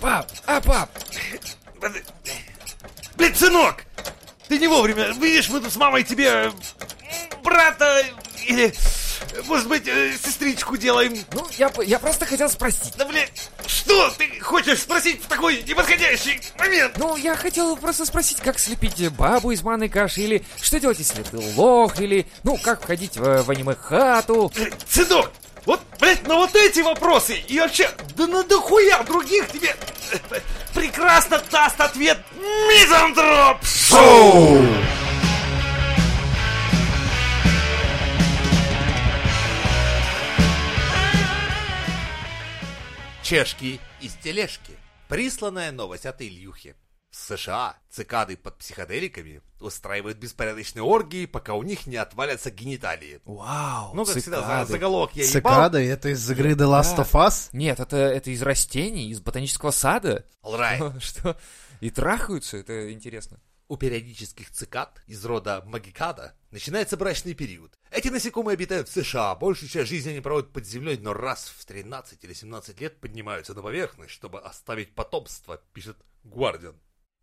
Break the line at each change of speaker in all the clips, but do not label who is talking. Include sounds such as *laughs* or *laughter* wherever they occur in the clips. Пап, а, пап! Блин, сынок! Ты не вовремя. Видишь, мы тут с мамой тебе э, брата или, может быть, э, сестричку делаем.
Ну, я, п- я просто хотел спросить.
Да, блин, что ты хочешь спросить в такой неподходящий момент?
Ну, я хотел просто спросить, как слепить э, бабу из манной каши, или что делать, если ты лох, или, ну, как входить в, в аниме-хату.
Блин, сынок, вот, блядь, на вот эти вопросы и вообще, да на дохуя других тебе э, прекрасно даст ответ Мизантроп Шоу!
Чешки из тележки. Присланная новость от Ильюхи. В США цикады под психоделиками устраивают беспорядочные оргии, пока у них не отвалятся гениталии.
Вау,
Ну, как всегда, за- заголовок я ебал.
Цикады, это из игры The Last of Us?
Нет, это, это из растений, из ботанического сада. *laughs*
Alright.
Что? И трахаются, это интересно.
У периодических цикад из рода магикада начинается брачный период. Эти насекомые обитают в США, большую часть жизни они проводят под землей, но раз в 13 или 17 лет поднимаются на поверхность, чтобы оставить потомство, пишет Гвардиан.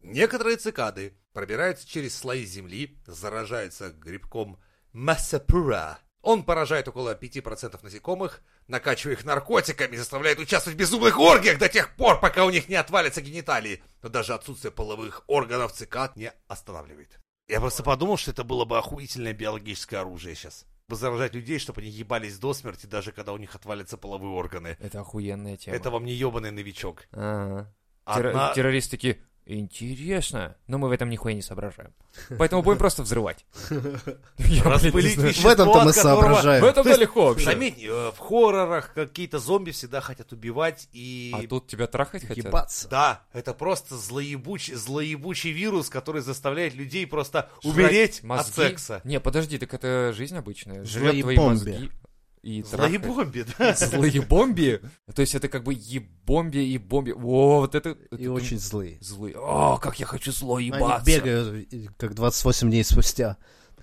Некоторые цикады пробираются через слои земли, заражаются грибком массапура. Он поражает около 5% насекомых, накачивая их наркотиками, и заставляет участвовать в безумных оргиях до тех пор, пока у них не отвалятся гениталии. Но даже отсутствие половых органов цикад не останавливает. Я просто подумал, что это было бы охуительное биологическое оружие сейчас. Бы заражать людей, чтобы они ебались до смерти, даже когда у них отвалятся половые органы.
Это охуенная тема.
Это вам не ебаный новичок.
Ага. Терро-
Одна...
Террористы такие, интересно, но мы в этом нихуя не соображаем. Поэтому
*laughs*
будем просто взрывать. Я, блядь, не
Распылить
знаю.
В этом-то мы
от которого-
соображаем.
В этом-то легко вообще.
Заметь, э, в хоррорах какие-то зомби всегда хотят убивать и...
А тут тебя трахать хотят?
Ебаться.
Да, это просто злоебучий, злоебучий вирус, который заставляет людей просто
Жрать
умереть
мозги?
от секса.
Не, подожди, так это жизнь обычная. Жрет
Злые
твои
бомби.
мозги. И трахает.
Злоебомби,
*laughs*
да?
Злые бомби? То есть это как бы ебомби и бомби. О, вот это...
И
это
очень злые.
злые. О, как я хочу зло
Они
ебаться.
бегают, э, как 28 дней спустя.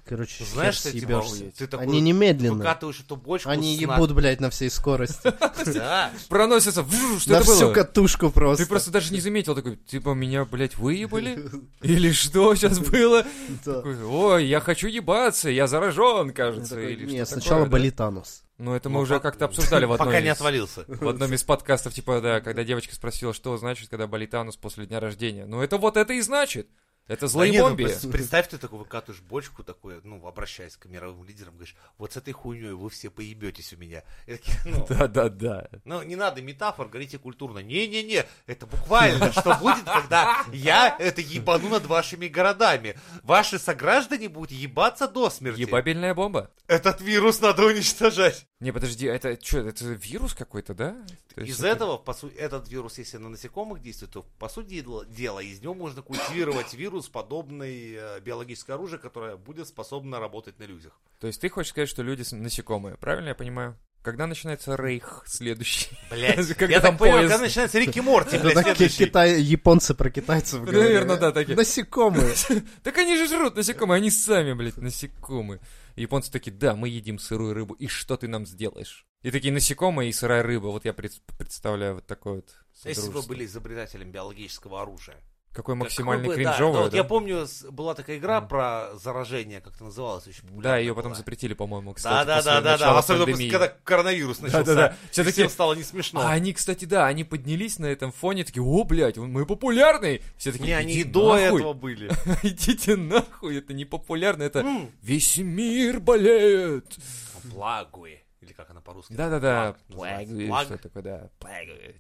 Короче,
Знаешь,
хер
что типа,
съебёшься.
охуеть. Ты такой
Они немедленно.
Выкатываешь эту бочку
Они
с
ебут, блядь, на всей скорости.
нахуй, Да.
Проносятся. вжу, *laughs* Что
На
это
всю
было?
катушку просто.
Ты
*laughs*
просто даже не заметил такой, типа, меня, блядь, выебали? Или что
*laughs*
сейчас было?
Да.
Такой, Ой, я хочу ебаться, я заражен,
Я
кажется.
Ну, такой,
Или
Не,
что
сначала
такое, да?
болит анус.
Ну, это
Ну,
мы уже
пок-
как-то обсуждали в
Пока
одном
не
из-
отвалился.
в одном из подкастов, типа, да, когда девочка спросила, что значит, когда болит анус после дня рождения. Ну, это вот это и значит. Это
Да нет, ну,
злоебомбия.
*laughs* пред- Представь, ты такой выкатываешь бочку, такой, ну, обращаясь к мировым лидерам, говоришь, вот с этой хуйней вы все поебетесь у меня. И такие, ну,
Да-да-да.
ну, не надо метафор, говорите культурно. Не-не-не, это буквально, что будет, когда я это ебану над вашими городами. Ваши сограждане будут ебаться до смерти.
Ебабельная бомба.
Этот вирус надо уничтожать.
Не, подожди, а это что, это вирус какой-то, да? То есть
из
это-
этого, по сути, этот вирус, если на насекомых действует, то, по сути дела- дела, из него можно культивировать вирус, подобный э, биологическое оружие, которое будет способно работать на людях.
То есть ты хочешь сказать, что люди с- насекомые, правильно я понимаю? Когда начинается рейх следующий? *laughs*
Блядь,
Когда
я
там
так понял, *laughs* когда
поезд.
начинается Рик и Морти, блядь,
Это как
следующий.
китай- японцы про китайцев говорили.
Наверное, да, такие.
Насекомые.
Так они же жрут насекомые, они сами, блядь, насекомые. Японцы такие, да, мы едим сырую рыбу, и что ты нам сделаешь? И такие насекомые и сырая рыба, вот я пред- представляю вот такое вот
Если бы вы
содружество.
были изобретателем биологического оружия.
Какой
Как
максимально
бы, да. Ну,
кринжовое,
вот Я
да?
помню, с- была такая игра
Мгм.
про заражение, как это называлось, очень
Да, ее потом
запретили.
запретили, по-моему,
ну, Да,
кстати,
да,
после
да, да,
начала
да. Особенно после-
пандемии.
когда коронавирус начался.
Да-да-да. Все
Всем
такие,
стало не смешно.
А они, кстати, да, они поднялись на этом фоне, такие, о, блядь, мы популярные. Все такие,
Не, они
«Иди
и до
нахуй,
этого Ну, были.
*laughs* Идите нахуй, это не популярно, это
М.
весь мир болеет.
ну, Плагуи. Или как она по-русски?
Да-да-да.
Плаг
Плаг,
называется. Плаг.
Что такое, да.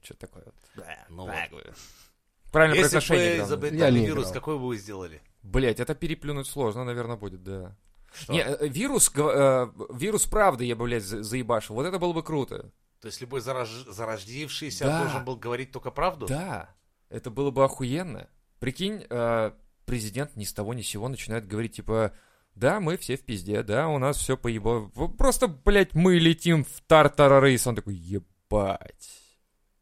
Что такое.
Ну вот.
Правильно
Если
произношение.
бы
главное.
Я
изобретали
не
вирус,
играл.
какой бы вы сделали?
Блять, это переплюнуть сложно, наверное, будет, да.
Что?
Не, э, вирус, гов- э, вирус правды я бы, блядь, за- заебашил. Вот это было бы круто.
То есть любой зараж- зарождившийся
Да.
должен был говорить только правду?
Да, это было бы охуенно. Прикинь, э, президент ни с того ни с сего начинает говорить, типа, да, мы все в пизде, да, у нас все поеба... в- Просто, блядь, мы летим в тартарарейс. Он такой, ебать.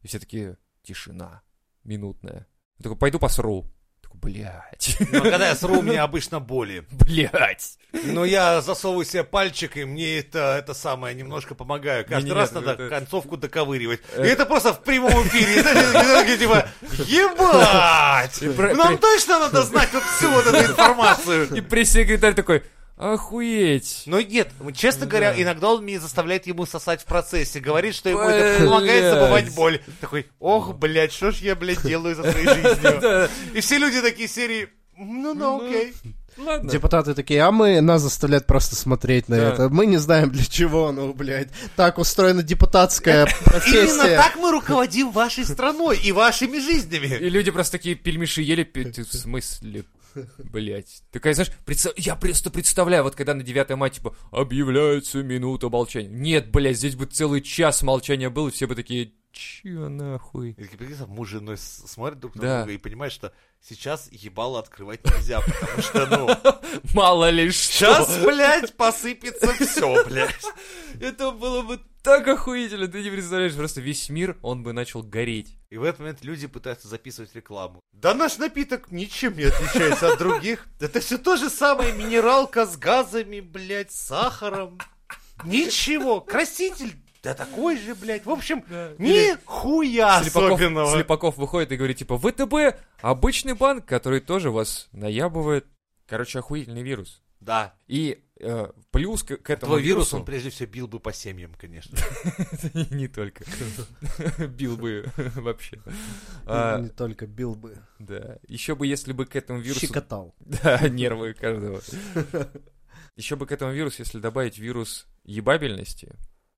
И все такие, тишина минутная. Он такой, пойду посру. Такой, такой, блядь, *laughs*
Но когда я сру, у меня обычно боли.
блядь.
Но я засовываю себе пальчик, и мне это, это самое немножко помогаю. Каждый
Не-не-не,
раз
это-
надо
это- Э.
концовку доковыривать. И это просто в прямом эфире. Знаешь, такие, типа, ебать!
про-
Нам точно надо знать вот всю вот эту информацию.
И пресс-секретарь такой, охуеть. *laughs*
Но Ну, нет, честно говоря, иногда он меня заставляет ему сосать в процессе. Говорит, что ему это
Блядь.
помогает забывать боль. Такой, ох, блядь, что ж я, блядь, делаю за своей жизнью.
Да,
И все люди такие серии, ну, ну, окей.
ладно.
Депутаты такие, а мы, нас заставляют просто смотреть на
Да.
это. Мы не знаем для чего, ну, блядь. Так устроена депутатская профессия.
Именно так мы руководим вашей страной и вашими жизнями.
И люди просто такие пельмеши ели, пи- ты в смысле, блядь. Такая, знаешь, предста- я просто представляю, вот когда на 9 мая, типа, объявляется минута молчания. Нет, блядь, здесь бы целый час молчания был, и все бы такие, чё нахуй?
И такие, прикинь, муж с женой с- смотрят друг на
Да.
друга и понимают, что сейчас ебало открывать нельзя, потому что, ну,
Мало ли что.
сейчас, блядь, посыпется все, блядь.
Это было бы так охуительно, ты не представляешь, просто весь мир, он бы начал гореть.
И в этот момент люди пытаются записывать рекламу. Да наш напиток ничем не отличается от других. Это все то же самое, минералка с газами, блядь, с сахаром. Ничего, краситель, да такой же, блядь. В общем, нихуя
Слепаков,
особенного.
Слепаков выходит и говорит, типа, ВТБ — обычный банк, который тоже вас наябывает. Короче, охуительный вирус.
Да,
И э, плюс к, к этому
твой вирус,
вирусу...
он прежде всего бил бы по семьям, конечно.
*laughs* Не
*laughs*
только. Бил бы вообще.
И
А,
Ну,
Ну,
Не только бил бы,
Да. Еще бы, если бы к этому вирусу...
щекотал.
*laughs* Да, нервы
*laughs*
каждого. Еще бы к этому вирусу, если добавить вирус ебабельности.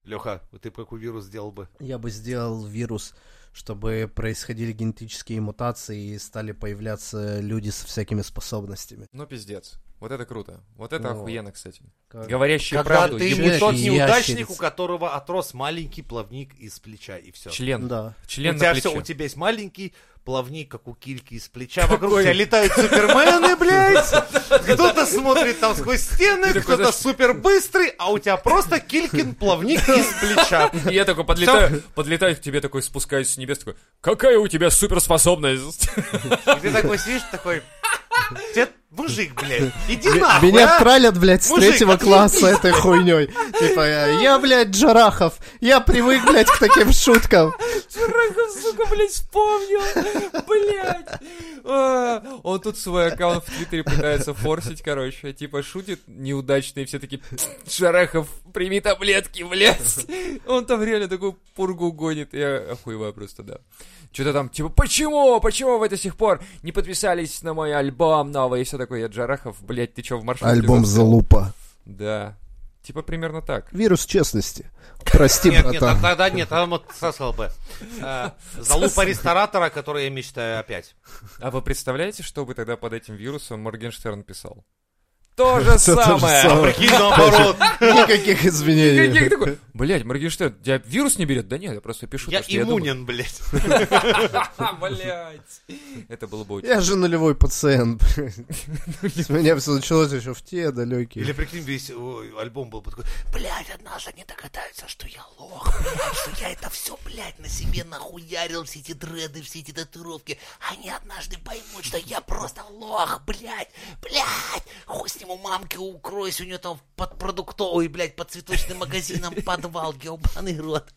Леха, ты бы какой вирус сделал бы?
Я бы сделал вирус, чтобы происходили генетические мутации и стали появляться люди со всякими способностями.
Ну, пиздец. Вот это круто. Вот это
Вот.
охуенно, кстати.
Как-
Говорящий
Э, Когда
правду.
ты
ебу-
не тот
Ящерица.
неудачник, у которого отрос маленький плавник из плеча, и все.
Член.
Да.
Член на
у тебя
плече.
все, у тебя есть маленький плавник, как у кильки из плеча. Вокруг
Какой?
тебя летают супермены, блядь. Кто-то смотрит там сквозь стены,
такой,
кто-то
знаешь-
супер быстрый, а у тебя просто килькин плавник из плеча.
И *laughs* я такой
*laughs*
подлетаю, подлетаю к тебе, такой спускаюсь с небес, такой, какая у тебя суперспособность?
И ты такой сидишь, такой... «Те- Мужик, блядь, иди нахуй,
Меня
а!»
троллят, блядь, с
Мужик,
третьего
отъебись.
класса этой хуйней. Типа, э, я, блядь, Джарахов. Я привык, блядь, к таким шуткам.
Чураков, сука, блядь, вспомнил, блядь. А, Он тут свой аккаунт в Твиттере пытается форсить, короче. Типа шутит неудачно, и все таки Шарахов, прими таблетки, блядь. Он там реально такую пургу гонит. Я охуеваю просто, да. Что-то там, типа, почему, почему вы до сих пор не подписались на мой альбом новый? И все такое, я Джарахов, блядь, ты чё в маршрутке? застрял?»
Залупа.
Да. Типа примерно так.
Вирус честности. Прости,
Нет, нет, а
братан.
тогда нет, там вот сосал бы. Э, Залупа ресторатора, который я мечтаю опять.
А вы представляете, что бы тогда под этим вирусом Моргенштерн писал? То же самое!
самое.
Прикинь, наоборот.
Никаких
Я
извинений.
такой, блядь, Моргенштерн, тебя вирус не берет? Да нет, я просто пишу
Я
то, что я
иммунен, А, блядь.
думаю. Блядь. *laughs* Это было бы очень...
Я же нулевой пациент. блядь. С меня все началось еще в те далекие.
Или прикинь, весь ой, альбом был бы такой, блядь, однажды они догадаются, что я лох, *laughs* блядь, что я это все, блядь, на себе нахуярил, все эти дреды, все эти татуировки. Они однажды поймут, что я просто лох, блядь, блядь. Хуй с ним у мамки укроюсь, у нее там под продуктовый, блядь, под цветочным магазином *laughs* подвал, ебаный рот.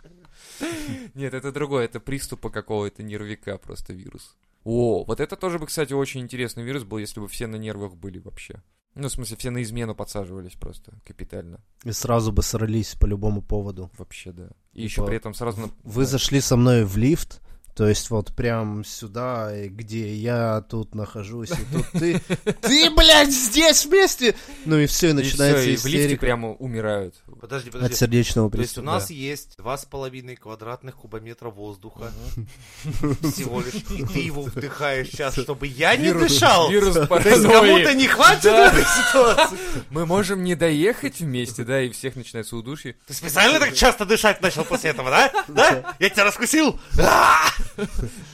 Нет, это другое, это приступа какого-то нервика просто вирус. О, вот это тоже бы, кстати, очень интересный вирус был, если бы все на нервах были вообще. Ну, в смысле, все на измену подсаживались просто капитально.
И сразу бы срались по любому поводу.
Вообще, да. И еще
Типа,
при этом сразу... на-
Вы зашли со мной в лифт, то есть вот прям сюда, и где я тут нахожусь, и тут ты, ты, блядь, здесь вместе! Ну и все, и
И
начинается
всё, и в лифте
истерика
прямо умирают.
Подожди,
от сердечного
То есть у
приступа.
нас есть два с половиной квадратных кубометра воздуха всего лишь, и ты его вдыхаешь сейчас, чтобы я не дышал.
Вирус
То есть
паранойи.
кому-то не хватит
Да.
этой ситуации.
Мы можем не доехать вместе, да, и всех начинается удушье.
Ты специально так часто дышать начал после этого, да? Да? Я тебя раскусил? А!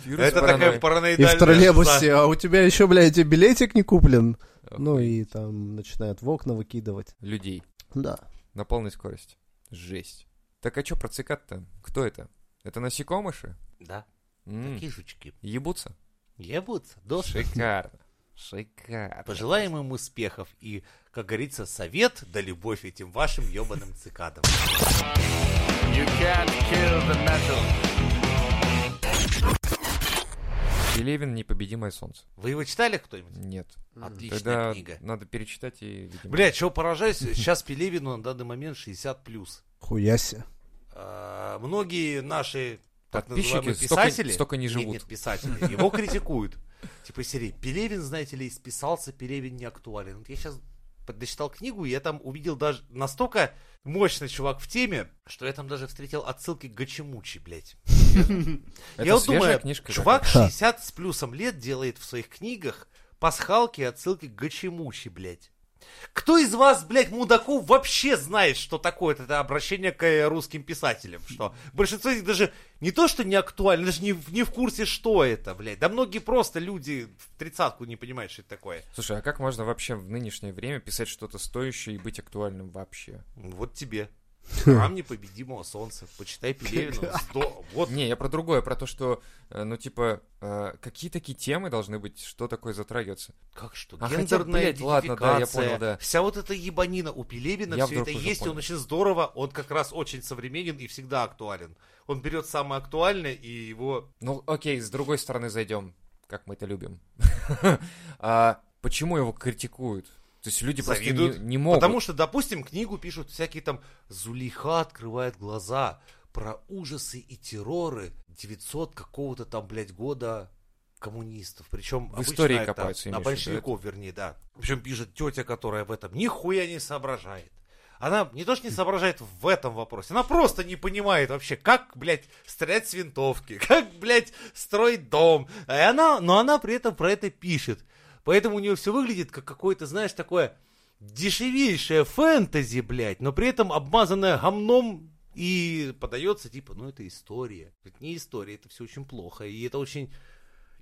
Вирус
Это такая
паранойи.
И
параноидальная...
в троллейбусе, а у тебя еще, блядь, и билетик не куплен. Ну
Охуеть.
и там начинают в окна выкидывать.
Людей
Да.
на полной скорости. Жесть. Так а что про цикад-то? Кто это? Это насекомыши?
Да,
М,
такие жучки.
Ебутся?
Ебутся, души.
Шикарно. Шикарно.
Пожелаем им успехов и, как говорится, совет да любовь этим вашим ебаным цикадам.
Пелевин «Непобедимое солнце».
Вы его читали кто-нибудь?
Нет.
Отличная
Тогда
книга.
надо перечитать и, видимо...
Бля, чего поражаюсь, сейчас Пелевину на данный момент 60 плюс.
Хуяся.
А, Многие наши так
Подписчики
называемые
столько-
писатели...
столько не
Нет,
живут.
Нет, писатели. Его критикуют. Типа из серии Пелевин, знаете ли, списался, Пелевин не актуален. Вот я сейчас подочитал книгу, и я там увидел даже настолько мощный чувак в теме, что я там даже встретил отсылки к Гачимучи, блядь.
Это
я вот
свежая
думаю,
книжка
чувак
какая-то.
60 с плюсом лет делает в своих книгах пасхалки и отсылки к Гачимучи, блядь. Кто из вас, блядь, мудаков вообще знает, что такое это обращение к э, русским писателям? Что большинство из них даже не то, что не актуально, даже не, в- не в курсе, что это, блядь. Да многие просто люди в тридцатку не понимают, что это такое.
Слушай, а как можно вообще в нынешнее время писать что-то стоящее и быть актуальным вообще?
Вот тебе. Храм непобедимого солнца. Почитай Пелевина. Сто- Вот
Не, я про другое, про то, что, э, ну, типа, э, какие такие темы должны быть, что такое затрагиваться?
Как что?
А хотя,
Гендерная
блядь, ладно, да, я
идентификация,
понял, да.
Вся вот эта ебанина у Пелевина,
Я
все
вдруг
это
тоже
есть, и он
понял.
очень здорово, он как раз очень современен и всегда актуален. Он берет самое актуальное и его...
Ну, окей, с другой стороны зайдем, как мы это любим. *laughs* А Почему его критикуют? То есть люди просто не-
Завидуют.
не могут.
Потому что, допустим, книгу пишут всякие там «Зулиха открывает глаза» про ужасы и терроры 900 какого-то там, блядь, года коммунистов. Причем
В истории копаются,
на
имеешь в виду,
большевиков, вернее, да. Причем пишет тетя, которая в этом нихуя не соображает. Она не то, что не соображает в этом вопросе, она просто не понимает вообще, как, блядь, стрелять с винтовки, *laughs* как, блядь, строить дом. И она, но она при этом про это пишет. Поэтому у нее все выглядит как какое-то, знаешь, такое дешевейшее фэнтези, блядь, но при этом обмазанное гомном и подается, типа, ну это история. Это не история, это все очень плохо. И это очень...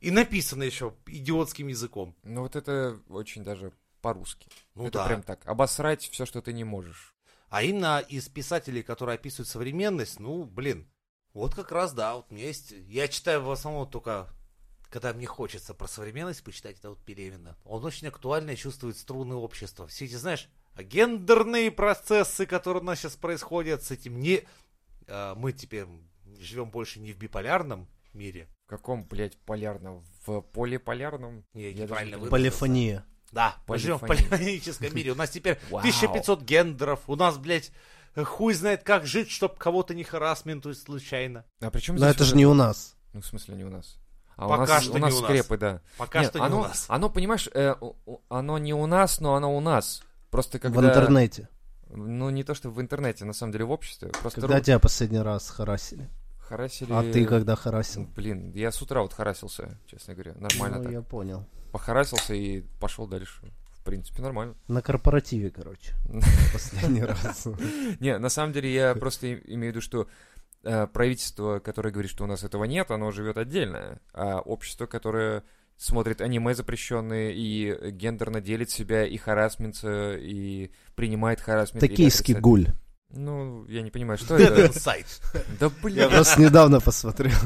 И написано еще идиотским языком.
Ну, вот это очень даже по-русски.
Ну
это
да.
прям так. Обосрать все, что ты не можешь.
А именно из писателей, которые описывают современность, ну, блин, вот как раз, да, вот у меня есть... Я читаю в основном только, когда мне хочется про современность почитать, это вот Пелевина. Он очень актуально чувствует струны общества. Все эти, знаешь, гендерные процессы, которые у нас сейчас происходят с этим не... а, Мы теперь живем больше не в биполярном мире.
В каком, блядь, полярном? В полиполярном? Я
Не,
даже
неправильно
не
вы-
Полифония.
Да, мы живем в
Полифония.
полифоническом мире. У нас теперь
Вау.
1500 гендеров. У нас, блядь, хуй знает, как жить, чтоб кого-то не харасментует случайно.
А при чем
Но
здесь
это же
вот
не у нас.
Ну, в смысле, не у нас. А
Пока
у нас,
что
у
не
нас
у нас.
скрепы, да.
Пока
Нет,
что
оно,
не у нас.
*laughs* Оно, понимаешь, э, у- у- оно не у нас, но оно у нас. Просто когда...
В интернете.
Ну, не то, что в интернете, на самом деле в обществе. Просто
Когда
ру-
тебя последний раз харасили?
харасили...
А ты когда харасил?
Блин, я с утра вот харасился, честно говоря. Нормально
Ну,
так.
я понял.
Похарасился и пошел дальше. В принципе, нормально.
На корпоративе, короче. Последний раз.
Не, на самом деле
*laughs*
я просто и- имею в виду, что э, правительство, которое говорит, что у нас этого нет, оно живет отдельно. А общество, которое смотрит аниме запрещенные и гендерно делит себя, и харасмится, и принимает харасмент. или
Токийский
отрицает.
гуль.
Ну, я не понимаю,
*laughs*
что
Dead *laughs*
это.
Inside.
Да
Я
блин.
просто недавно посмотрел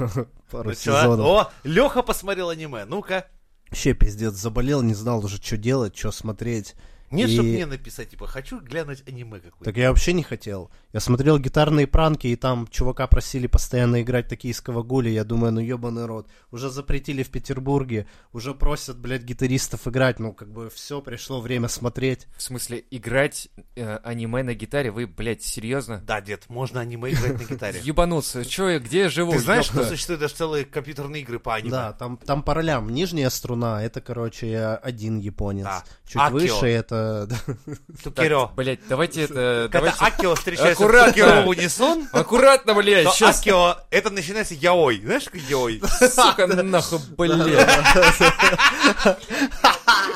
пару
Ну чё,
сезонов.
О, Леха посмотрел аниме. Ну-ка.
Вообще пиздец, заболел, не знал уже, что делать, что смотреть.
Нет,
И-
чтоб мне написать, типа, хочу глянуть аниме какое-то.
Так я вообще не хотел. Я смотрел гитарные пранки, и там чувака просили постоянно играть токийского гуля. Я думаю, ну ебаный рот. Уже запретили в Петербурге, уже просят, блядь, гитаристов играть. Ну, как бы все, пришло время смотреть.
В смысле, играть э, аниме на гитаре, вы, блядь, серьезно?
Да, дед, можно аниме играть на
*laughs*
гитаре.
Ебануться. Че я, где я живу?
Ты знаешь, что
ёпта?
существуют даже целые компьютерные игры по аниме?
Да, там, там по ролям. Нижняя струна, это, короче, я один японец.
А,
Да.
Чуть
Акио.
выше это...
Так,
Тукеро.
Блядь, давайте это...
Когда
давайте-
Акио встречается
Аккуратно.
с Тукеро в унисон,
*laughs* Аккуратно, блядь,
то
сейчас *laughs*
Акио, это начинается яой. Знаешь, как яой?
Сука, нахуй, блядь.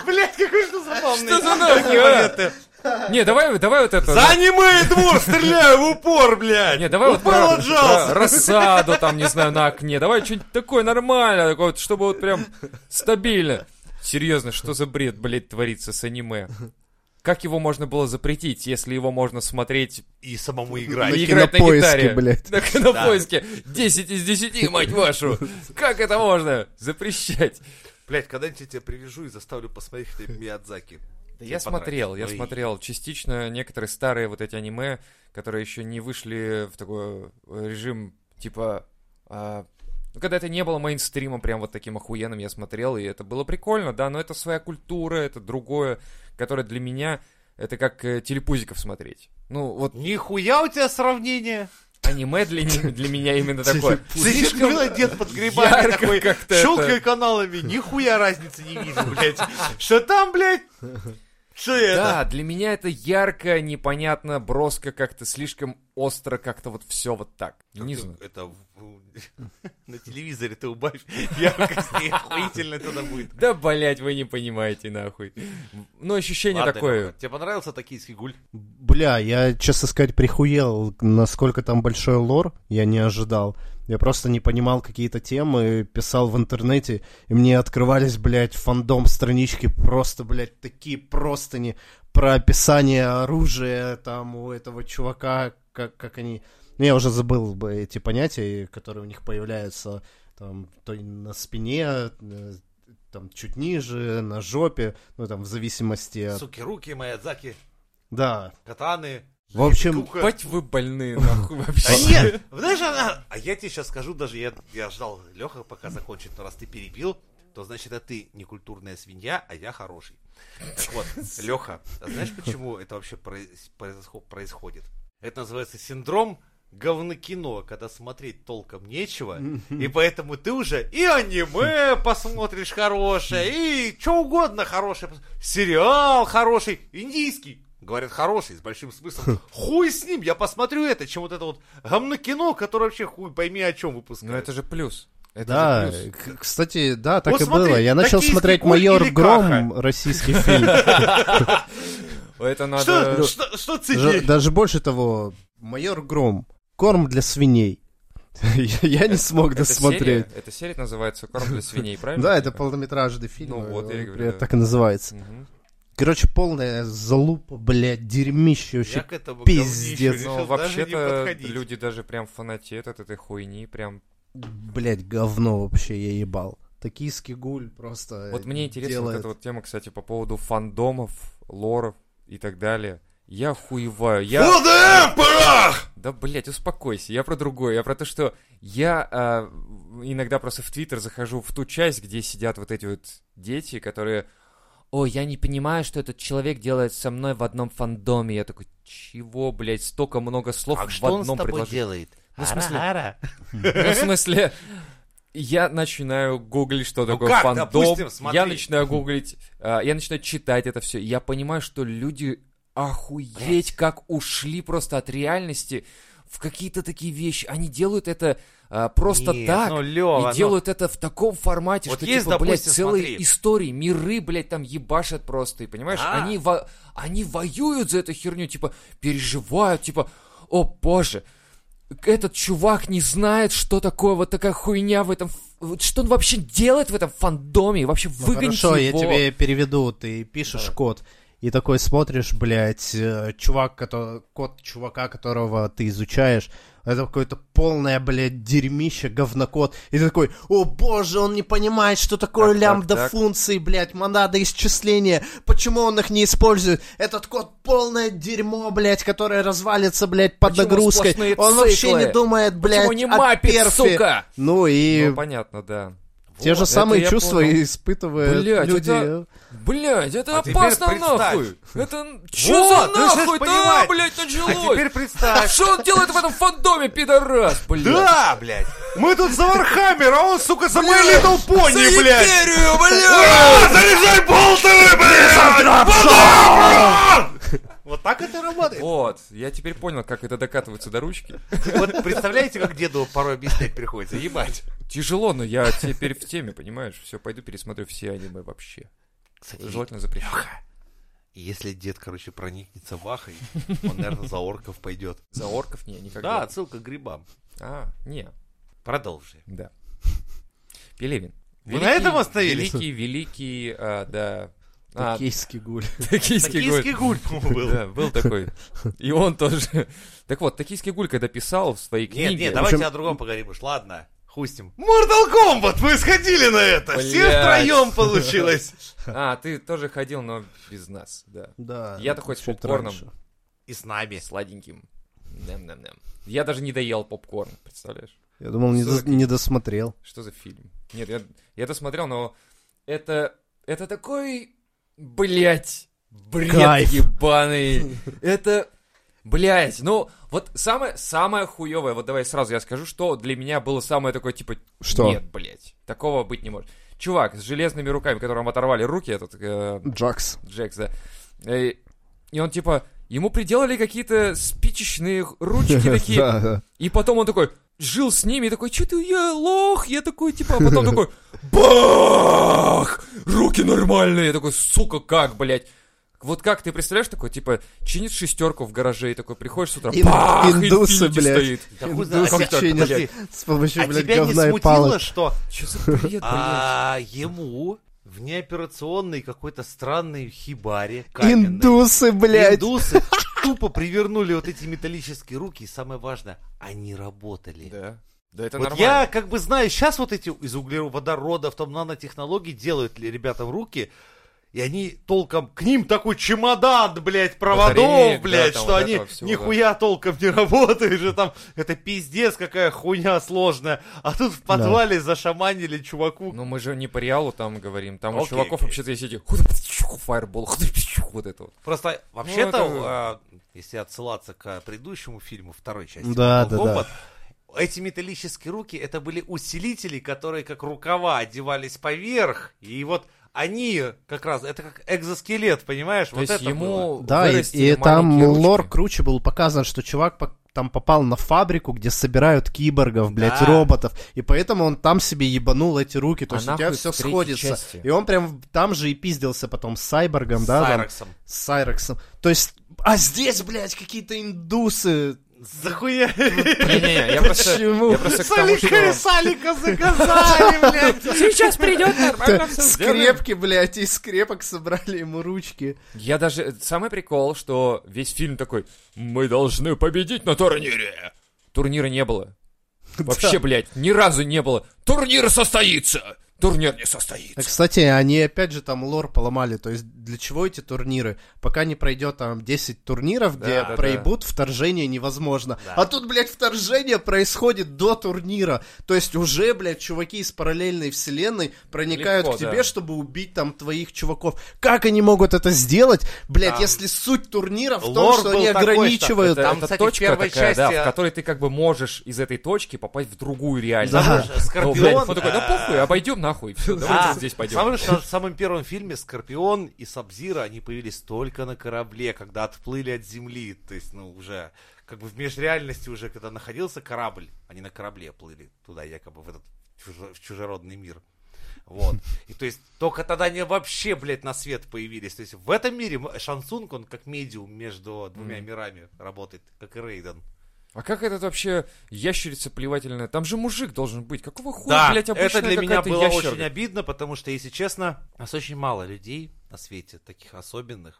Блять, какой же ты забавный.
Что за нахуй,
Такие
а?
моменты.
Не, давай, давай вот это.
За аниме двор стреляю в упор, блядь.
Не, давай вот про,
Продолжался.
про рассаду там, не знаю, на окне. Давай что-нибудь такое нормальное, такое вот, чтобы вот прям стабильно. Серьезно, что за бред, блядь, творится с аниме? Как его можно было запретить, если его можно смотреть
И самому
и
играть.
На
играть на
Кинопоиске,
гитаре?
блядь.
На кинопоиске. 10 из 10, мать вашу. Как это можно запрещать?
Блять, когда-нибудь я тебя привяжу и заставлю посмотреть эти Миядзаки.
Да
Тебе
я
понравится.
смотрел, я
Ой.
смотрел частично некоторые старые вот эти аниме, которые еще не вышли в такой э, режим типа... а, ну, когда это не было мейнстримом прям вот таким охуенным, я смотрел, и это было прикольно, да, но это своя культура, это другое, которое для меня... Это как э, телепузиков смотреть. Ну, вот
Нихуя у тебя сравнение.
аниме для, не- для меня именно такое.
Слишком
Слишком дед под грибами
ярко *laughs*
такой,
как-то
щелкая
это.
каналами, нихуя разницы не вижу, блядь. Что там, блядь? Что это?
Да, для меня это ярко, непонятно, броско как-то, слишком остро как-то вот все вот так. Не
Как-то
знаю.
Это в-
На телевизоре ты убавь яркость, и охуительно тогда будет.
Да, блять, вы не понимаете, нахуй. Ну, ощущение
Ладно,
такое.
Тебе понравился токийский гуль?
Бля, я, честно сказать, прихуел, насколько там большой лор, я не ожидал. Я просто не понимал какие-то темы, писал в интернете, и мне открывались, блядь, фандом странички, просто, блядь, такие простыни про описание оружия там у этого чувака, как, как они... Ну, я уже забыл бы эти понятия, которые у них появляются там то и на спине, э, там чуть ниже, на жопе, ну, там, в зависимости от...
Суки, руки, Маядзаки,
Да,
катаны.
в общем,
Тука.
Бать вы больные, нахуй, вообще.
А нет, знаешь, она...
А я тебе сейчас скажу, даже я, я ждал Леха, пока закончит, но раз ты перебил, то значит, это ты некультурная свинья, а я хороший. Так вот, Леха, а знаешь, почему это вообще проис- происход- происходит? Это называется синдром говнокино, когда смотреть толком нечего, и поэтому ты уже
*laughs*
и аниме посмотришь хорошее, и что угодно хорошее, пос- сериал хороший, индийский, говорят, хороший, с большим смыслом. Хуй с ним, я посмотрю это, чем вот это вот говнокино, которое вообще хуй пойми о чем выпускают.
Ну, это же плюс. Это
Да,
же плюс.
к- кстати, да, так
Вот
и
смотри,
было. Я начал
«Токийский
смотреть
гуль»
«Майор
или *laughs*
Гром», российский фильм.
Это
Что,
надо...
что, что
Ж-
ценнее?
Даже больше того, «Майор Гром», корм для свиней. *laughs* Я я не смог
Это
досмотреть.
серия? Это серия называется «Корм для свиней», правильно?
Да, это полнометражный фильм,
Ну вот,
он,
я и говорю,
блядь,
да.
так и называется.
Мгм.
Короче, полная залупа, блядь, дерьмище
Я
вообще.
к этому
пиздец.
говнищу решил
Ну,
даже не
вообще-то,
подходить.
люди даже прям фанатеют от этой хуйни, прям...
Блядь, говно вообще, я ебал. Токийский гуль просто э,
Вот мне интересна вот
делает.
эта вот тема, кстати, по поводу фандомов, лоров и так далее. Я хуеваю. Я... Да, блядь, успокойся, я про другое, я про то, что я а, иногда просто в Твиттер захожу в ту часть, где сидят вот эти вот дети, которые... О, я не понимаю, что этот человек делает со мной в одном фандоме. Я такой, чего, блядь, столько много слов
А
А в одном предложении.
делает?
Ну, в смысле? Ну, в смысле, я начинаю гуглить, что такое
Ну как,
фандом.
допустим, смотри.
я начинаю гуглить, а, я начинаю читать это все. Я понимаю, что люди охуеть, как ушли просто от реальности в какие-то такие вещи. Они делают это а, просто
Нет,
так.
ну, Лёва,
и
ну.
делают это в таком формате,
Вот
что
есть,
типа, блядь,
допустим,
целые
смотри.
истории, миры, блядь, там ебашат просто. И понимаешь,
Да.
они, во- они воюют за эту херню, типа, переживают, типа, о боже, этот чувак не знает, что такое вот такая хуйня в этом... ф- вот Что он вообще делает в этом фандоме? Вообще
Ну,
выгоните
Хорошо, я
его.
тебе переведу, ты пишешь код, и такой смотришь, блядь, э, чувак, кото- код чувака, которого ты изучаешь, это какое-то полное, блядь, дерьмище, говнокод, и ты такой, о боже, он не понимает, что
Так,
такое
так,
лямбда
так.
функции, блядь, монада исчисления, почему он их не использует, этот код полное дерьмо, блядь, которое развалится, блядь, под
Почему
нагрузкой,
сплошные
он вообще
циклы?
не думает, блядь,
Почему не
о
мапит,
перфе».
сука?
Ну и
Ну, понятно, да.
те же
это
самые
я
чувства
понял.
испытывают
Блять,
э, люди.
это... Блять, это
А теперь
опасно
представь.
нахуй! Это... Чё за
ты сейчас
нахуй? Да,
понимаешь.
блять,
А
началось!
теперь представь.
Что он делает в этом фандоме, пидорас, блядь?
Да, блядь. Мы тут за Вархаммер, а он, сука, за My Little Pony, блядь.
Империю, блядь!
А, заряжай болтеры, блядь! Потом! Вот так это работает.
Вот, я теперь понял, как это докатывается до ручки.
Вот представляете, как деду порой объяснять приходится, ебать.
Тяжело, но я теперь в теме, понимаешь? Все, пойду пересмотрю все аниме вообще. Желательно запрещу.
И Если дед, короче, проникнется вахой, он, наверное, за орков пойдет.
За орков не, никогда.
Да, отсылка к грибам.
А, не,
Продолжи.
да. Пелевин.
Вы на этом остановились?
Великий, великий, а, да. А,
Токийский гуль.
токийский гуль.
Токийский гуль, по-моему, был.
Да, был такой. И он тоже. Так вот, токийский гуль, когда писал в своей
Нет,
книге...
нет, давайте о другом поговорим уж, ладно. Хустим. Mortal Kombat! Мы сходили на это! Все
Блядь.
втроем получилось!
А, ты тоже ходил, но без нас, да.
Да.
Я-то хоть с
чуть
попкорном.
раньше.
И с нами.
Сладеньким. Ням-ням-ням. Я даже не доел попкорн, представляешь?
Я думал, не, дос- не досмотрел.
Что за фильм? Нет, я, я это смотрел, но это, это такой, блядь, бред
Кайф.
ебаный. Это, блядь, ну, вот самое, самое хуевое, вот давай сразу я скажу, что для меня было самое такое, типа,
Что?
нет, блядь, такого быть не может. Чувак с железными руками, которым оторвали руки, этот, э,
Джакс.
Джекс, да. Э, И он типа, ему приделали какие-то спичечные ручки
*laughs*
*laughs*
такие,
Да, да.
и потом он такой, жил с ними, и такой, что ты, я лох, я такой, типа, а потом такой, бах, руки нормальные, я такой, сука, как, блядь. Вот как ты представляешь такой, типа, чинит шестерку в гараже и такой приходишь с утра,
Ин-
бах,
индусы,
Infinity
блядь.
стоит.
Да хуй знает, а
Индус
тебя-
чинит.
подожди,
С помощью,
а
блядь,
тебя не
говна и палок.
смутило, что
Что за бред, блядь?
а, ему в неоперационной какой-то странной хибаре каменной
Индусы, блядь.
индусы тупо привернули вот эти металлические руки, и самое важное, они работали.
Да, да это
Вот
нормально.
я как бы знаю, сейчас вот эти из углеводородов, там нанотехнологий делают ли ребята в руки, и они толком, к ним такой чемодан, блядь, проводов,
Батареек, да,
блядь,
там
что
вот
они
этого всего,
нихуя толком не работают же там, это пиздец, какая хуйня сложная. А тут в подвале зашаманили чуваку.
Ну мы же не по реалу там говорим, там у
Окей,
чуваков
окей.
вообще-то есть эти «Ху-да-пчух», фаербол, «Ху-да-пчух», вот это вот.
Просто вообще-то,
это-
а, если отсылаться к предыдущему фильму, второй части,
Да,
Mortal
да, да.
Kombat, Эти металлические руки, это были усилители, которые как рукава одевались поверх, и вот они как раз, это как экзоскелет, понимаешь?
То
вот
есть
это было.
ему
Да, и,
вырастили
и там
маленькие
лор
ручки.
круче был показан, что чувак пок- там попал на фабрику, где собирают киборгов, блядь,
Да.
роботов. И поэтому он там себе ебанул эти руки, то
А
есть у тебя
нахуй
все
в третьей
сходится.
части?
И он прям там же и пиздился потом с Сайборгом,
С
да, там,
Сайрексом.
с Сайрексом. То есть, а здесь, блядь, какие-то индусы.
Захуя.
Не-не-не, я просто...
Почему?
Я просто к тому,
Салика и
что...
Салика
*laughs*
заказали, блядь.
Сейчас придет нормально все
Скрепки, блядь, из скрепок собрали ему ручки.
Я даже... Самый прикол, что весь фильм такой... Мы должны победить на турнире. Турнира не
*laughs*
было. Вообще, блядь, ни разу не было. Турнир состоится! Турнир не
А,
состоится.
Кстати, они опять же там лор поломали. То есть для чего эти турниры? Пока не пройдет там 10 турниров, где
да,
проебут, вторжение невозможно. А тут, блядь, вторжение происходит до турнира. То есть уже, блядь, чуваки из параллельной вселенной проникают
Легко,
к тебе,
да.
чтобы убить там твоих чуваков. Как они могут это сделать, блядь,
Там
если суть турнира в том,
лор
что
был
они
такой, что
ограничивают...
Это,
Там,
это
кстати, в
точка
первой
такая, да,
части, а-
в которой ты как бы можешь из этой точки попасть в другую реальность.
Да.
Ну,
Скорпион,
блядь, он такой, да
а.
похуй, обойдем нахуй, все, давайте
А,
здесь пойдем.
самое, что в самом первом фильме Скорпион и Сабзира, они появились только на корабле, когда отплыли от Земли. То есть, ну, уже как бы в межреальности уже, когда находился корабль, они на корабле плыли туда, якобы в этот чужо- в чужеродный мир. Вот. И то есть только тогда они вообще, блядь, на свет появились. То есть в этом мире м- Шансунг, он как медиум между двумя мирами работает, как и Рейден.
А как этот вообще ящерица плевательная? Там же мужик должен быть. Какого хуя,
Да,
блядь, обычная
это для меня
какая-то
было
ящерка?
очень обидно, потому что, если честно, у нас очень мало людей на свете, таких особенных,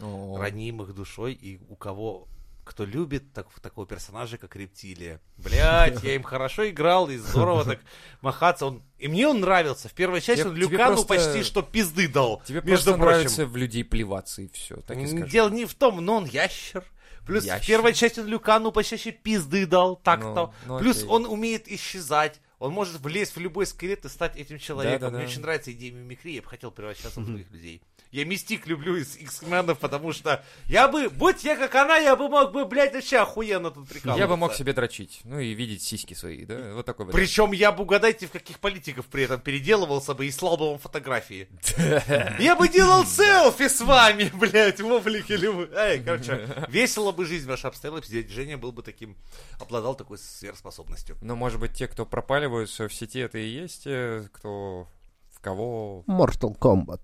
О,
ранимых душой, и у кого кто любит так, такого персонажа, как рептилия. Блять, я им хорошо играл, и здорово так махаться. Он... И мне он нравился. В первой части
Тебе-
он
тебе
Люкану
просто-
почти что пизды дал.
Тебе
между
просто
прочим.
нравится в людей плеваться и все, так и
М,
скажу.
Дело не в том, но он ящер. Плюс в
Ящер.
первой части он Люкану почаще пизды дал, так-то.
Ну, ну
Плюс
окей.
он умеет исчезать. Он может влезть в любой скелет и стать этим человеком.
Да-да-да.
Мне очень нравится идея мимикрии, я бы хотел превращаться в других людей. Я мистик люблю из X-менов, потому что я бы, будь я как она, я бы мог бы, блядь, вообще охуенно тут прикалываться.
Я бы мог себе дрочить, ну и видеть сиськи свои, да, вот такой вот.
Причем я бы, угадайте, в каких политиков при этом переделывался бы и слал бы вам фотографии.
*laughs*
Я бы делал селфи с вами, *laughs* блядь, в облике любви. Эй,
*laughs*
короче, весело бы жизнь ваша обстояла, здесь Женя был бы таким, обладал такой сверхспособностью.
Но, Ну, может быть, те, кто пропаливаются в сети, это и есть, э, кто в кого...
Mortal Kombat.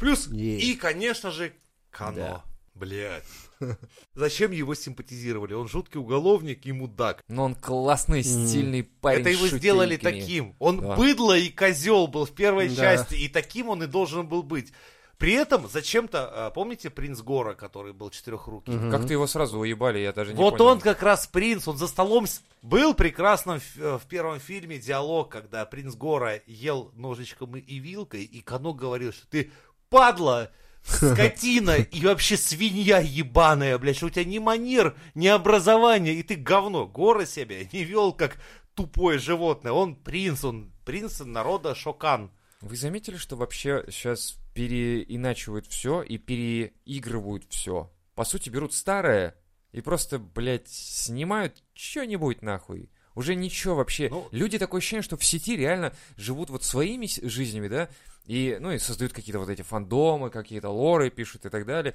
Плюс,
Е.
и, конечно же, Кано.
Да.
Блядь. *laughs* Зачем его симпатизировали? Он жуткий уголовник и мудак.
Но Ну, он классный, стильный парень
Это его
с
сделали
шутейками.
таким. Он
Да.
быдло и козел был в первой
Да.
части, и таким он и должен был быть. При этом зачем-то, э, помните принц Гора, который был четырехрукий?
Мгм.
Как-то его сразу уебали, я даже не
Вот
понял.
он как раз принц, он за столом с- был прекрасным в э, в первом фильме диалог, когда принц Гора ел ножичком и- и вилкой, и Кано говорил, что ты падла, скотина и вообще свинья ебаная, блядь, что у тебя ни манер, ни образования, и ты говно. Гора себя не вел как тупое животное, он принц, он принц народа Шокан.
Вы заметили, что вообще сейчас переиначивают все и переигрывают все? По сути, берут старое и просто, блядь, снимают что-нибудь нахуй. Уже ничего вообще.
Ну-
Люди такое ощущение, что в сети реально живут вот своими с- жизнями, да, и, ну, и создают какие-то вот эти фандомы, какие-то лоры пишут и так далее.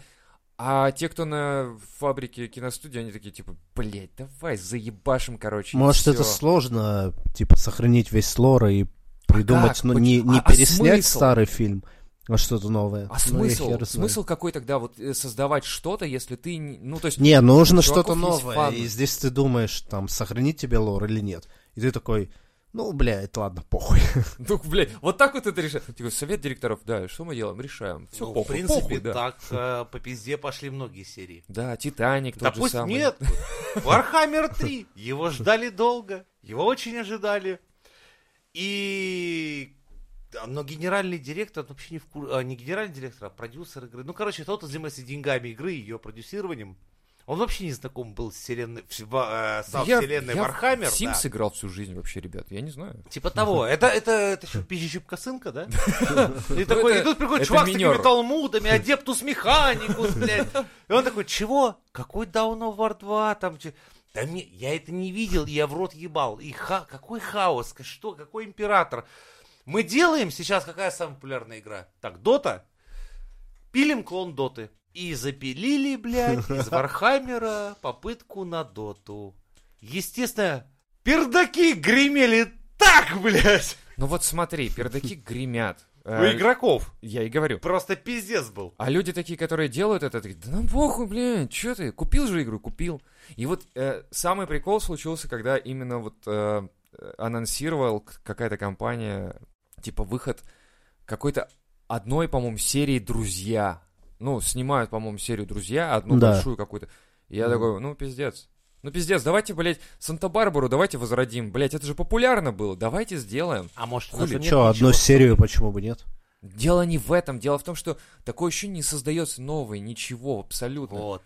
А те, кто на фабрике киностудии, они такие, типа, блядь, давай заебашим, короче. и
Может,
всё».
это сложно, типа, сохранить весь лор и придумать,
как?
ну, не,
Поч-
не
а- а
переснять
смысл?
старый фильм, а что-то новое.
А
Ну, я
смысл?
хер знает.
смысл какой тогда вот э, создавать что-то, если ты, не- ну то есть,
Не, нужно
У чуваков
что-то
есть
новое.
фан.
И здесь ты думаешь, там, сохранить тебе лор или нет. И ты такой, ну, блядь, ладно, похуй.
*laughs* ну блядь, вот так вот это решаешь. Ты говоришь, совет директоров, да, что мы делаем, решаем, все
Ну, в
похуй,
принципе,
похуй, да.
так э, по пизде пошли многие серии.
Да, Титаник тот
Да
же
пусть
самый.
нет. Warhammer 3. Его ждали долго. Его очень ожидали. И а, но генеральный директор вообще не в курсе, не генеральный директор, а продюсер игры. Ну, короче, тот, кто занимается деньгами игры и ее продюсированием, он вообще не знаком был с вселенной, в- в- э,
Да
со
я-
вселенной
я в
Warhammer.
Sims
да.
играл всю жизнь вообще, ребят, я не знаю.
Типа того. Это, это, это что, пищечипка сынка, да? И такой,
это-
и тут приходит
это
чувак с такими
минер.
талмудами, адептус механикус, блядь. И он такой, чего? Какой Down of War 2 там? че- Да мне, я это не видел, я в рот ебал. И ха, какой хаос, ка- что, какой император. Мы делаем сейчас, какая самая популярная игра? Так, Дота. Пилим клон Доты. И запилили, блядь, из Вархаммера попытку на Доту. Естественно, пердаки гремели так, блядь,
Ну вот смотри,
*laughs*
пердаки гремят.
у
Э,
игроков.
Я и говорю.
Просто пиздец был.
А люди такие, которые делают это, такие, да нам похуй, блин, что ты, купил же игру, купил. И вот э, самый прикол случился, когда именно вот э, э, анонсировал к- какая-то компания, типа, выход какой-то одной, по-моему, серии «Друзья». Ну, снимают, по-моему, серию «Друзья», одну
Да.
большую какую-то. И я
Мгм.
такой, ну, пиздец. Ну, пиздец, давайте, блядь, Санта-Барбару давайте возродим. Блядь, это же популярно было, давайте сделаем.
А может, у нас
Ну,
нет
что,
ничего?
одну серию почему бы нет?
Дело не в этом, дело в том, что такое ощущение не создается новое, ничего, абсолютно.
Вот.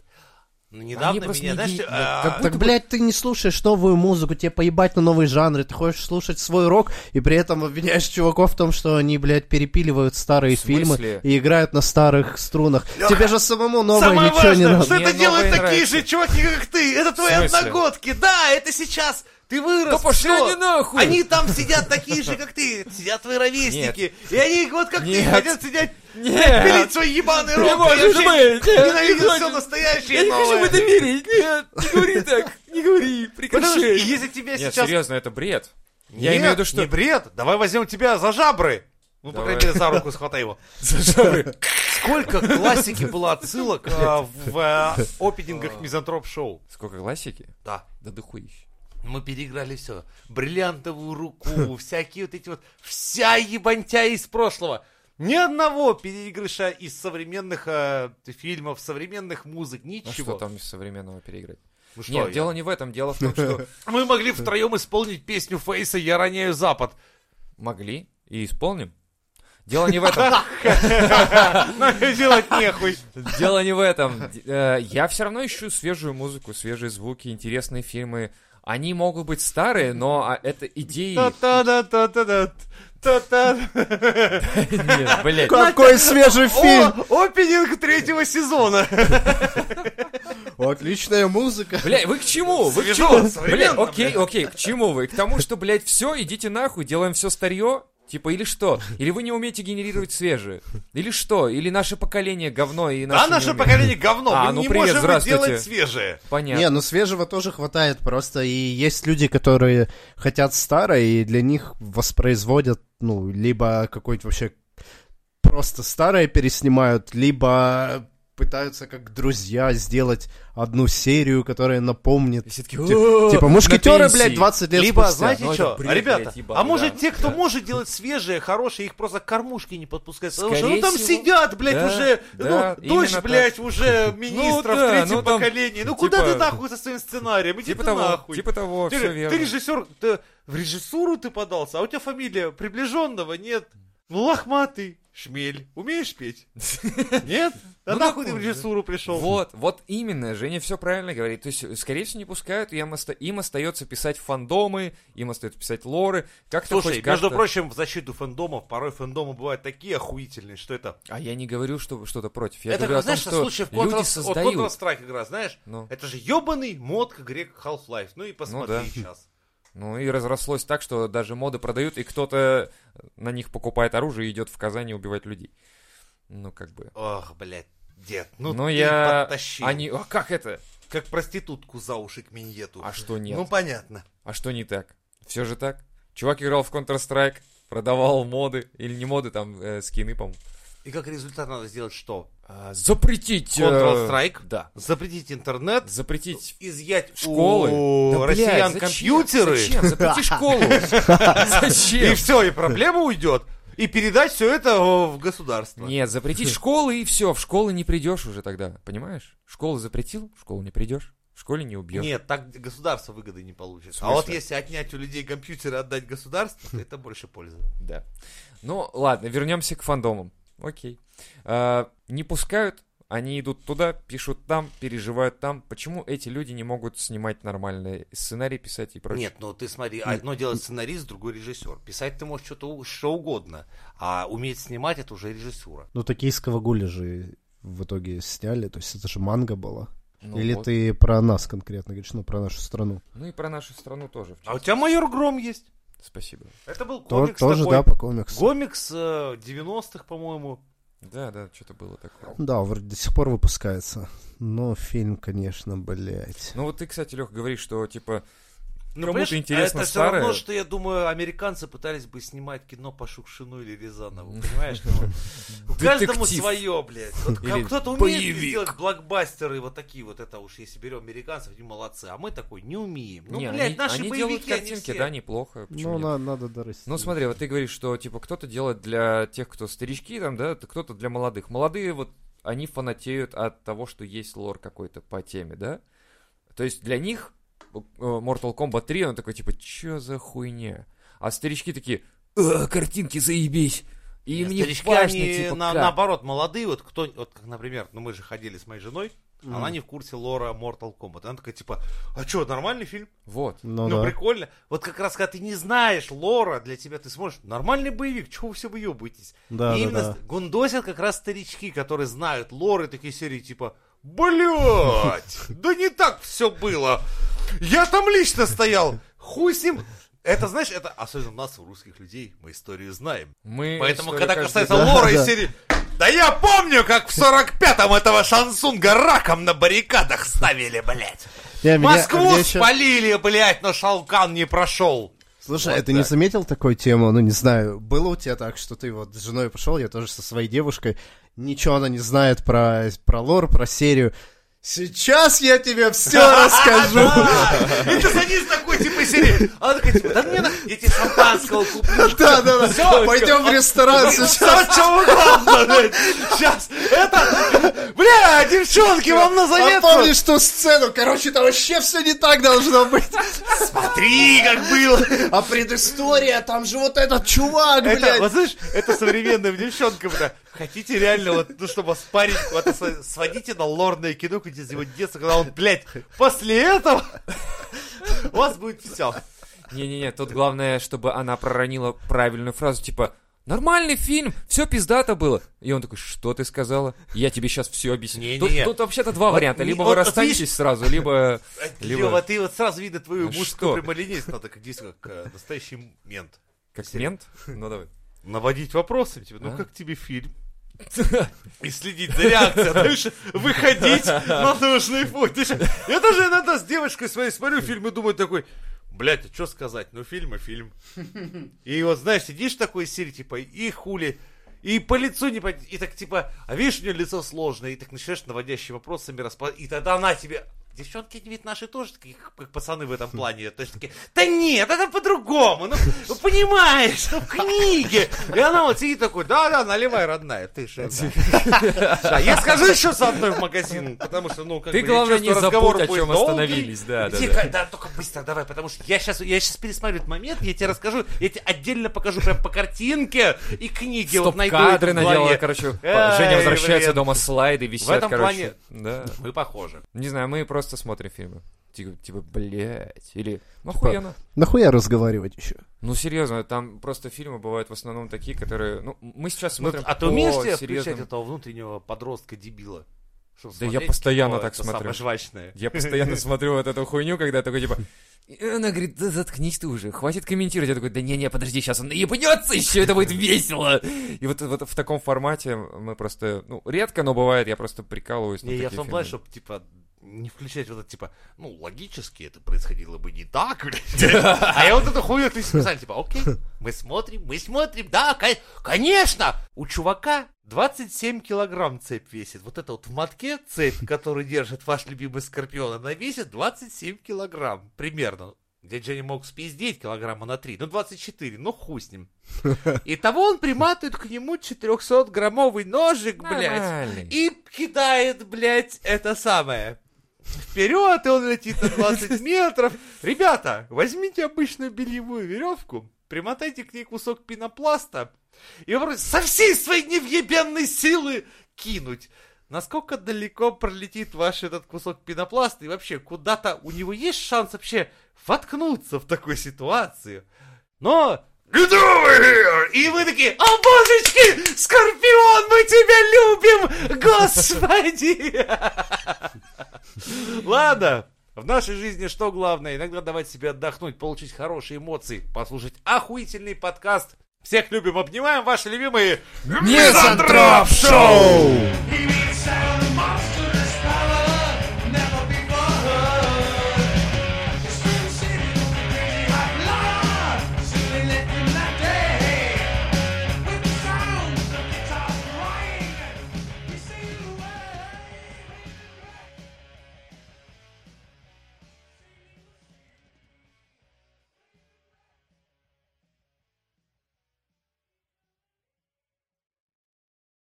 Ну, недавно
просто
меня,
не
знаешь,
ги-
э,
да, как
Так, блядь, ты не слушаешь новую музыку, тебе поебать на новые жанры, ты хочешь слушать свой рок, и при этом обвиняешь чуваков в том, что они, блядь, перепиливают старые
В смысле?
фильмы и играют на старых струнах. тебе же самому новое
Самое
ничего не
важное,
надо.
что
Мне
это делают
новые
такие
нравятся.
же чуваки, как ты. Это твои
смысле?
одногодки. Да, это сейчас. Ты вырос.
Да пошли
всё.
они нахуй!
Они там сидят такие же, как ты. Сидят твои ровесники. И они вот как ты
Нет.
хотят сидеть, пилить
Нет!
свой
Не
ебаный рот.
может
Я
быть!
вообще Ненавидят
Не
все
хочу.
настоящее
Я не хочу в
новое.
это верить! Нет! Не
*laughs*
говори так! Не говори!
Потому что
Прекращай!
если тебе
Нет,
сейчас...
серьезно, это бред! Я
Нет,
имею в виду, что... *laughs*
не бред. Давай возьмем тебя за жабры. Ну, по
Давай.
крайней мере, за руку схватай его. *laughs*
Зажары.
Сколько классики было отсылок э, в э, опенингах мизантроп-шоу.
Сколько классики?
Да.
Да дохуище.
Мы переиграли все. Бриллиантовую руку, всякие вот эти вот... Вся ебантя из прошлого. Ни одного переигрыша из современных э, фильмов, современных музык,
А что
ничего.
там из современного переиграть?
Ну что,
Нет,
я-
дело не в этом. Дело в том,
*laughs*
что
Мы могли втроем исполнить песню Фейса «Я
*laughs*
роняю Запад». *laughs*
могли и исполним. Дело не в этом.
*laughs* Но делать нехуй.
Дело не в этом. Д- э, Я все равно ищу свежую музыку, свежие звуки, интересные фильмы. Они могут быть старые, но а, это идеи...
Та-та-да-та-та-да. Та-та.
*laughs* Нет, блядь.
Какой свежий
О, опенинг третьего сезона.
Отличная музыка.
Блядь, вы к чему? Вы к
Свежо,
чему? Блядь,
современно,
окей, окей, к чему вы? К тому, что, блядь, все, идите нахуй, делаем все старье? Типа, или что? Или вы не умеете генерировать свежие? Или что? Или наше поколение говно и наше
А наше
не умеет?
поколение говно.
А,
Мы
ну
не
привет,
можем
здравствуйте.
делать свежее.
Понятно.
Не, ну свежего тоже хватает просто. И есть люди, которые хотят старое, и для них воспроизводят, ну, либо какой-то вообще просто старое переснимают, либо пытаются как друзья сделать одну серию, которая напомнит.
И все такие, «О,
Типа, типа
на
мушкетеры,
пенсии».
блядь, 20 лет
Либо,
спустя.
знаете
Ну, это
что,
бред,
ребята,
блядь, ебаный,
а может
да.
те, кто
Да.
может делать свежие, хорошие, их просто кормушки не подпускают, потому что ну
Скорее
там
всего.
сидят, блядь,
Да,
уже,
да,
ну, дочь,
именно так.
блядь,
*laughs*
уже министра
да,
в третьем
ну, там,
поколении, ну куда
типа-
ты нахуй со своим сценарием, иди
Типа
ты
того,
нахуй.
типа того,
ты,
все
ты
верно.
режиссер, ты в режиссуру ты подался, а у тебя фамилия приближенного нет, ну лохматый. Шмель, умеешь
*laughs*
петь? Нет? Да
Ну,
нахуй ты в
такой же.
режиссуру пришел.
Вот, вот именно, Женя все правильно говорит. То есть, скорее всего, не пускают, и им, оста- им остается писать фандомы, им остается писать лоры. Как-то хоть
Слушай,
как-то-
между прочим, в защиту фэндомов порой фэндомы бывают такие охуительные, что это
А я не говорю, что что-то против. Я
это
говорю
как,
о том,
знаешь,
что
случай в
люди
Counter-
создают.
вот Counter-Strike игра, знаешь?
Ну.
Это же ебаный мод к игре Half-Life. Ну и посмотри
да.
сейчас.
Ну и разрослось так, что даже моды продают, и кто-то на них покупает оружие и идет в Казани убивать людей. Ну, как бы.
Ох, блядь, дед, ну
Но
ты
я...
подтащил.
Они... А как это?
Как проститутку за уши к миньету.
А что нет?
Ну понятно.
А что не так? Все же так. Чувак играл в Counter-Strike, продавал моды, или не моды, там, э, скины, по-моему.
И как результат надо сделать что?
А, запретить... э,
Counter-Strike?
Да.
Запретить интернет,
Запретить
изъять
школы.
у
Да, блядь,
россиян
зачем?
компьютеры.
Зачем? Запрети *laughs* школу.
И
Зачем?
все, и проблема уйдет. И передать все это э, в государство.
Нет,
*laughs*
запретить школы и все. В школы не придешь уже тогда, понимаешь? Школу запретил, в школу не придешь. В школе не убьешь.
Нет, так государство выгоды не получит.
В
А вот
смысле?
если отнять у людей компьютеры и отдать государству, то это больше пользы.
Да. Ну, ладно, вернемся к фандомам. Окей. А, не пускают, они идут туда, пишут там, переживают там. Почему эти люди не могут снимать нормальные сценарии, писать и прочее?
Нет, ну ты смотри, одно дело сценарист, другой режиссер. Писать ты можешь что-то у- что угодно, а уметь снимать это уже режиссура.
Ну, такие из Кавагули же в итоге сняли, то есть это же манга была.
Ну
Или
вот.
ты про нас конкретно говоришь, ну, про нашу страну.
Ну и про нашу страну тоже. в
А у
частности.
тебя майор Гром есть.
Спасибо.
Это был
То-
комикс
тоже,
такой.
да, по комиксу.
Комикс э, 90-х, по-моему.
Да, да, что-то было такое.
Да, вроде до сих пор выпускается. Но фильм, конечно, блядь.
Ну вот ты, кстати, Лех, говоришь, что типа
Ну,
Кому-то
понимаешь,
интересно
это все
старое.
равно, что, я думаю, американцы пытались бы снимать кино по Шукшину или Рязанову, понимаешь? Ну, Каждому
Детектив.
свое, блядь. Вот
Или
как- кто-то умеет
боевик.
сделать блокбастеры вот такие вот, это уж если берем американцев, они молодцы, а мы такой не умеем. Ну,
не,
блядь,
они,
наши
они делают
боевики, они
картинки,
все...
да, неплохо. Почему
Ну,
нет?
на- надо дорасти.
Ну смотри, вот ты говоришь, что типа кто-то делает для тех, кто старички, там, да, т- кто-то для молодых. Молодые вот они фанатеют от того, что есть лор какой-то по теме, да? То есть для них э, Mortal Kombat 3, он такой типа, чё за хуйня? А старички такие, «Э, картинки заебись! И
Нет,
мне
старички,
важно,
они
типа,
на-
как.
наоборот, молодые, вот кто, вот как, например, ну мы же ходили с моей женой, она не в курсе лора Mortal Kombat. Она такая, типа, а что, нормальный фильм?
Вот.
Ну,
Ну,
да.
прикольно. Вот как раз, когда ты не знаешь лора, для тебя ты сможешь... Нормальный боевик, чего вы все выебаетесь?
Да,
И
да,
именно
да.
с- гундосят как раз старички, которые знают лоры, такие серии типа Блять, да не так все было. Я там лично стоял. Хуй с ним. Это, знаешь, это особенно у нас, у русских людей, мы историю знаем.
Мы
Поэтому,
историю
когда
каждый-
касается
Да,
лора из
да.
серии... Да я помню, как в 45-м этого Шансунга раком на баррикадах ставили, блять.
Не, меня-
Москву
меня ещё-
спалили, блядь, но Шалкан не
*laughs*
прошел.
Слушай,
Вот
а ты не
так.
заметил такой тему? Ну, не знаю, было у тебя так, что ты вот с женой пошел, я тоже со своей девушкой, ничего она не знает про, про лор, про серию. Сейчас я тебе все расскажу.
А, И ты садись такой, типа, из серии. А Она такая, типа, да мне на... Я тебе шампанского куплю.
Да, да, да. Пойдем в ресторан сейчас.
Все, что угодно, блядь. Сейчас. Это... Бля, девчонки, вам на
А
заметку.
помнишь ту сцену? Короче, там вообще все не так должно быть.
Смотри, как было.
А предыстория, там же вот этот чувак,
Это, вот
блядь.
знаешь, это современным девчонкам, да. Хотите реально, вот, ну, чтобы спарить, вот, с- сводите на лорное кино, где из его детства, когда он, блядь, после этого у вас будет все.
Не-не-не, тут главное, чтобы она проронила правильную фразу, типа «Нормальный фильм, все пиздато было». И он такой «Что ты сказала? Я тебе сейчас все объясню».
Не-не-не.
Тут, тут вообще-то два варианта.
не-
Либо
вот
вы
видишь-
расстанетесь сразу,
*laughs*
либо...
Лева,
либо
ты вот сразу видно твою
Ну
мужскую
что?
прямолинейность, надо как действовать, как э, настоящий мент.
Как мент? Ну давай.
Наводить вопросы, типа, ну
А?
как
*laughs*
тебе фильм? И следить за реакцией, а дальше выходить на нужный путь. Ты ж- Я даже иногда с девочкой своей смотрю фильм и думаю такой, блядь, а что сказать, ну фильм и фильм. И вот, знаешь, сидишь такой из серии, типа, и хули, И по лицу не пон- И так типа, а видишь, у нее лицо сложное. И так начинаешь наводящие вопросами распад. И тогда она тебе... Девчонки, ведь наши тоже такие, как пацаны в этом плане. То есть такие, да нет, это по-другому. Ну, ну, понимаешь, ну, в книге. И она вот сидит такой, да-да, наливай, родная, ты же. да». Да, Я скажу еще со мной в магазин, потому что, ну, как
Ты,
бы, я
главное, не
чувствую,
забудь,
разговор
о
будет
чем
долгий.
остановились. Да, да,
Тихо,
да.
да. только быстро давай, потому что я сейчас, я сейчас пересматриваю этот момент, я тебе расскажу, я тебе отдельно покажу прям по картинке и книге вот найду
Стоп-кадры
это в голове.
надела, короче.
Ай,
Женя возвращается
блин.
дома, слайды висят,
этом
короче. Да.
Мы похожи.
Не знаю, мы просто смотрим фильмы. Типа, типа блядь. Или, ну,
Типа
охуенно.
Нахуя разговаривать еще?
Ну, серьезно, там просто фильмы бывают в основном такие, которые... Ну, мы сейчас
Ну,
смотрим
а ты
по
умеешь себе
серьезным-
включать этого внутреннего подростка-дебила? Чтоб
Да я
смотреть
постоянно
кино,
так
это
смотрю.
Самое жвачное.
Я постоянно
*laughs*
смотрю вот эту хуйню, когда такой, типа... и Она говорит, да заткнись ты уже, хватит комментировать. Я такой, да не-не, подожди, сейчас он наебнется еще, это будет весело. И вот, вот в таком формате мы просто... Ну, редко, но бывает, я просто прикалываюсь на
Не, я в
такие
том плане,
фильмы.
чтобы, типа, не включать вот это, типа, ну, логически это происходило бы не так, *laughs* блядь. А я вот эту хуйню ты специально, типа, окей, мы смотрим, мы смотрим, да, кон- конечно! У чувака 27 килограмм цепь весит. Вот это вот в мотке цепь, которую держит ваш любимый скорпион, она весит 27 килограмм, примерно. Дядя Дженни мог спиздеть килограмма на 3, ну 24, ну хуй с ним. Итого он приматывает к нему 400-граммовый ножик, блядь.
Нормальный.
И кидает, блядь, это самое. Вперед, и он летит на 20 метров. Ребята, возьмите обычную бельевую веревку, примотайте к ней кусок пенопласта и попробуйте со всей своей невъебенной силы кинуть. Насколько далеко пролетит ваш этот кусок пенопласта и вообще куда-то у него есть шанс вообще воткнуться в такой ситуации? Но... Get over here! И вы такие, о божечки, Скорпион, мы тебя любим, господи! Ладно, в нашей жизни что главное? Иногда давать себе отдохнуть, получить хорошие эмоции, послушать охуительный подкаст. Всех любим, обнимаем, ваши любимые
Мизантроп
Шоу!